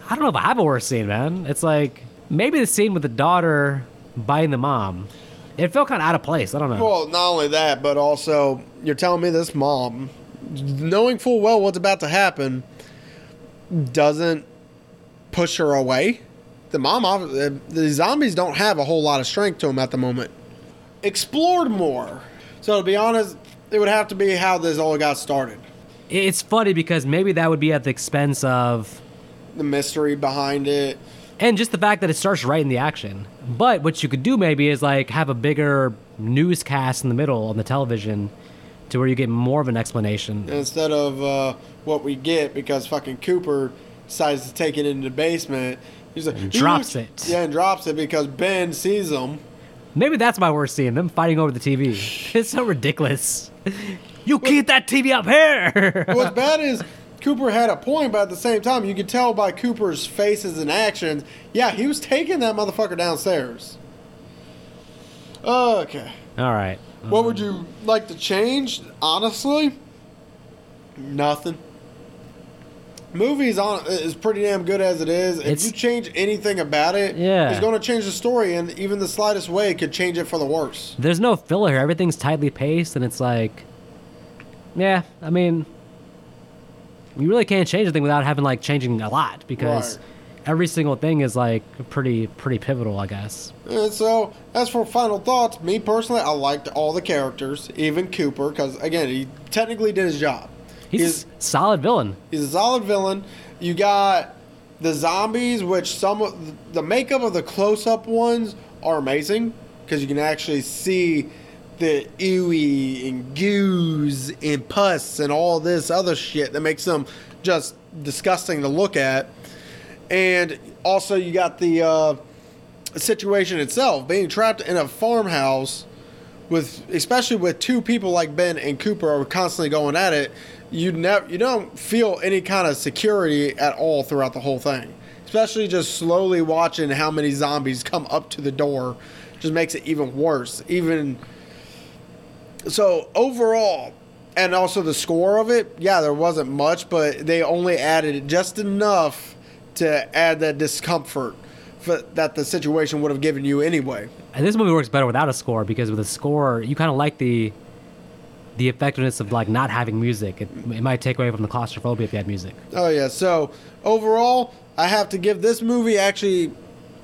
B: I don't know if I have a worst scene, man. It's like maybe the scene with the daughter biting the mom. It felt kind of out of place. I don't know.
C: Well, not only that, but also you're telling me this mom, knowing full well what's about to happen, doesn't push her away. The mom, ob- the the zombies don't have a whole lot of strength to them at the moment. Explored more. So to be honest, it would have to be how this all got started.
B: It- It's funny because maybe that would be at the expense of
C: The mystery behind it.
B: and just the fact that it starts right in the action. But what you could do maybe is like have a bigger newscast in the middle on the television, to where you get more of an explanation.
C: instead of uh, what we get because fucking Cooper decides to take it into the basement. He's like, "You
B: drops
C: look-"
B: it.
C: Yeah, and drops it because Ben sees him.
B: Maybe that's my worst scene, them fighting over the TV. It's so ridiculous. You keep that TV up here!
C: What's bad is Cooper had a point, but at the same time, you could tell by Cooper's faces and actions. Yeah, he was taking that motherfucker downstairs. Okay.
B: All right.
C: What would you like to change? Honestly, nothing. Movies on is pretty damn good as it is. If
B: It's-
C: you change anything about it,
B: Yeah.
C: it's going to change the story, and even the slightest way could change it for the worse.
B: There's no filler here. Everything's tightly paced, and it's like. Yeah, I mean. You really can't change anything without having, like, changing a lot because
C: Right.
B: every single thing is, like, pretty, pretty pivotal, I guess.
C: And so, as for final thoughts, me personally, I liked all the characters, even Cooper, because again, he technically did his job.
B: He's a s- solid villain.
C: He's a solid villain. You got the zombies, which some of the makeup of the close-up ones are amazing because you can actually see the ooey and goos and pus and all this other shit that makes them just disgusting to look at. And also, you got the uh, situation itself being trapped in a farmhouse with especially with two people like Ben and Cooper are constantly going at it, you never you don't feel any kind of security at all throughout the whole thing. Especially just slowly watching how many zombies come up to the door just makes it even worse. Even so overall and also the score of it, yeah, there wasn't much, but they only added just enough to add that discomfort for, that the situation would have given you anyway.
B: And this movie works better without a score because with a score, you kind of like the the effectiveness of like not having music. It, it might take away from the claustrophobia if you had music.
C: Oh yeah. So overall, I have to give this movie actually.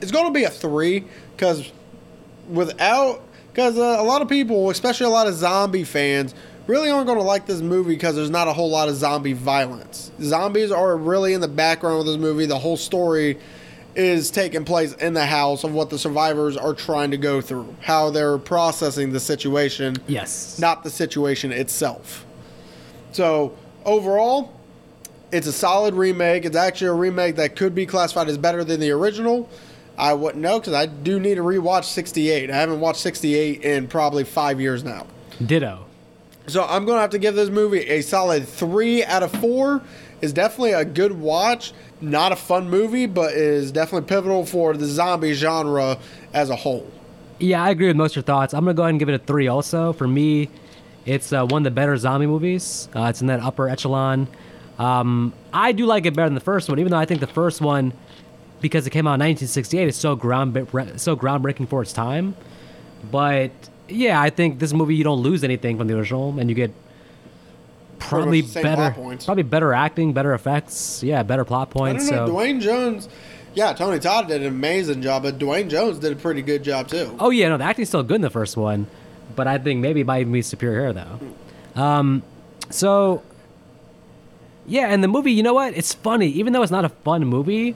C: It's going to be a three because without because uh, a lot of people, especially a lot of zombie fans, really aren't going to like this movie because there's not a whole lot of zombie violence. Zombies are really in the background of this movie. The whole story is taking place in the house of what the survivors are trying to go through, how they're processing the situation,
B: Yes.
C: not the situation itself. So, overall, it's a solid remake. It's actually a remake that could be classified as better than the original. I wouldn't know because I do need to rewatch 68. I haven't watched 68 in probably five years now.
B: Ditto.
C: So I'm going to have to give this movie a solid three out of four. It's definitely a good watch. Not a fun movie, but is definitely pivotal for the zombie genre as a whole.
B: Yeah, I agree with most of your thoughts. I'm gonna go ahead and give it a three. Also, for me, it's uh, one of the better zombie movies. Uh, it's in that upper echelon. Um, I do like it better than the first one, even though I think the first one, because it came out in 1968, is so ground so groundbreaking for its time. But yeah, I think this movie you don't lose anything from the original, and you get probably
C: the same plot
B: better,
C: points.
B: probably better acting, better effects. Yeah, better plot
C: I
B: points.
C: don't know.
B: so.
C: Dwayne Jones, yeah, Tony Todd did an amazing job, but Dwayne Jones did a pretty good job too.
B: Oh yeah, no, the acting's still good in the first one, but I think maybe it might even be superior here though. Um, so yeah, and the movie, you know what? It's funny, even though it's not a fun movie.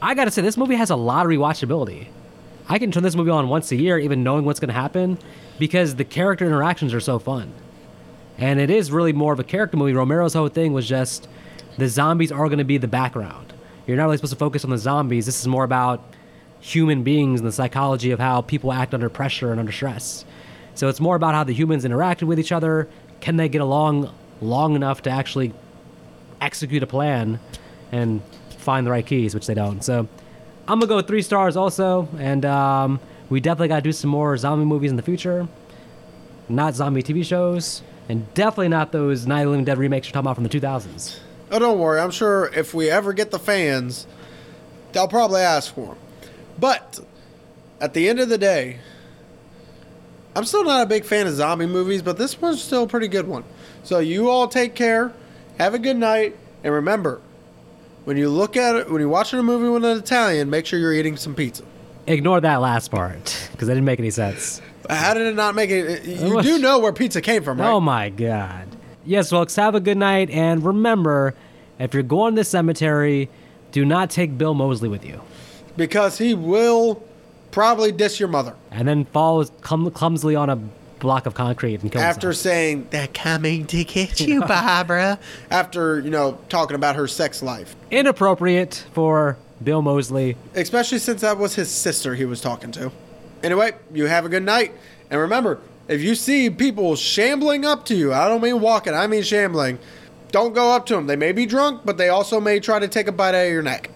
B: I gotta say, this movie has a lot of rewatchability. I can turn this movie on once a year, even knowing what's gonna happen, because the character interactions are so fun. And it is really more of a character movie. Romero's whole thing was just the zombies are gonna be the background. You're not really supposed to focus on the zombies. This is more about human beings and the psychology of how people act under pressure and under stress. So it's more about how the humans interacted with each other. Can they get along long enough to actually execute a plan and find the right keys, which they don't. So I'm gonna go with three stars also, and um, we definitely gotta do some more zombie movies in the future, not zombie TV shows, and definitely not those Night of the Living Dead remakes you're talking about from the 2000s.
C: Oh, don't worry. I'm sure if we ever get the fans, they'll probably ask for them. But at the end of the day, I'm still not a big fan of zombie movies, but this one's still a pretty good one. So you all take care, have a good night, and remember, when you look at it, when you're watching a movie with an Italian, make sure you're eating some pizza.
B: Ignore that last part because that didn't make any sense.
C: How did it not make it? You
B: was-
C: do know where pizza came from, right?
B: Oh my God. Yes, folks, have a good night, and remember, if you're going to the cemetery, do not take Bill Mosley with you.
C: Because he will probably diss your mother
B: And then falls clum- clumsily on a block of concrete and kills
C: after
B: himself.
C: saying
D: They're coming to get you, Barbara.
C: after you know talking about her sex life
B: inappropriate for Bill Mosley.
C: especially since that was his sister he was talking to anyway you have a good night and remember if you see people shambling up to you i don't mean walking i mean shambling don't go up to them they may be drunk but they also may try to take a bite out of your neck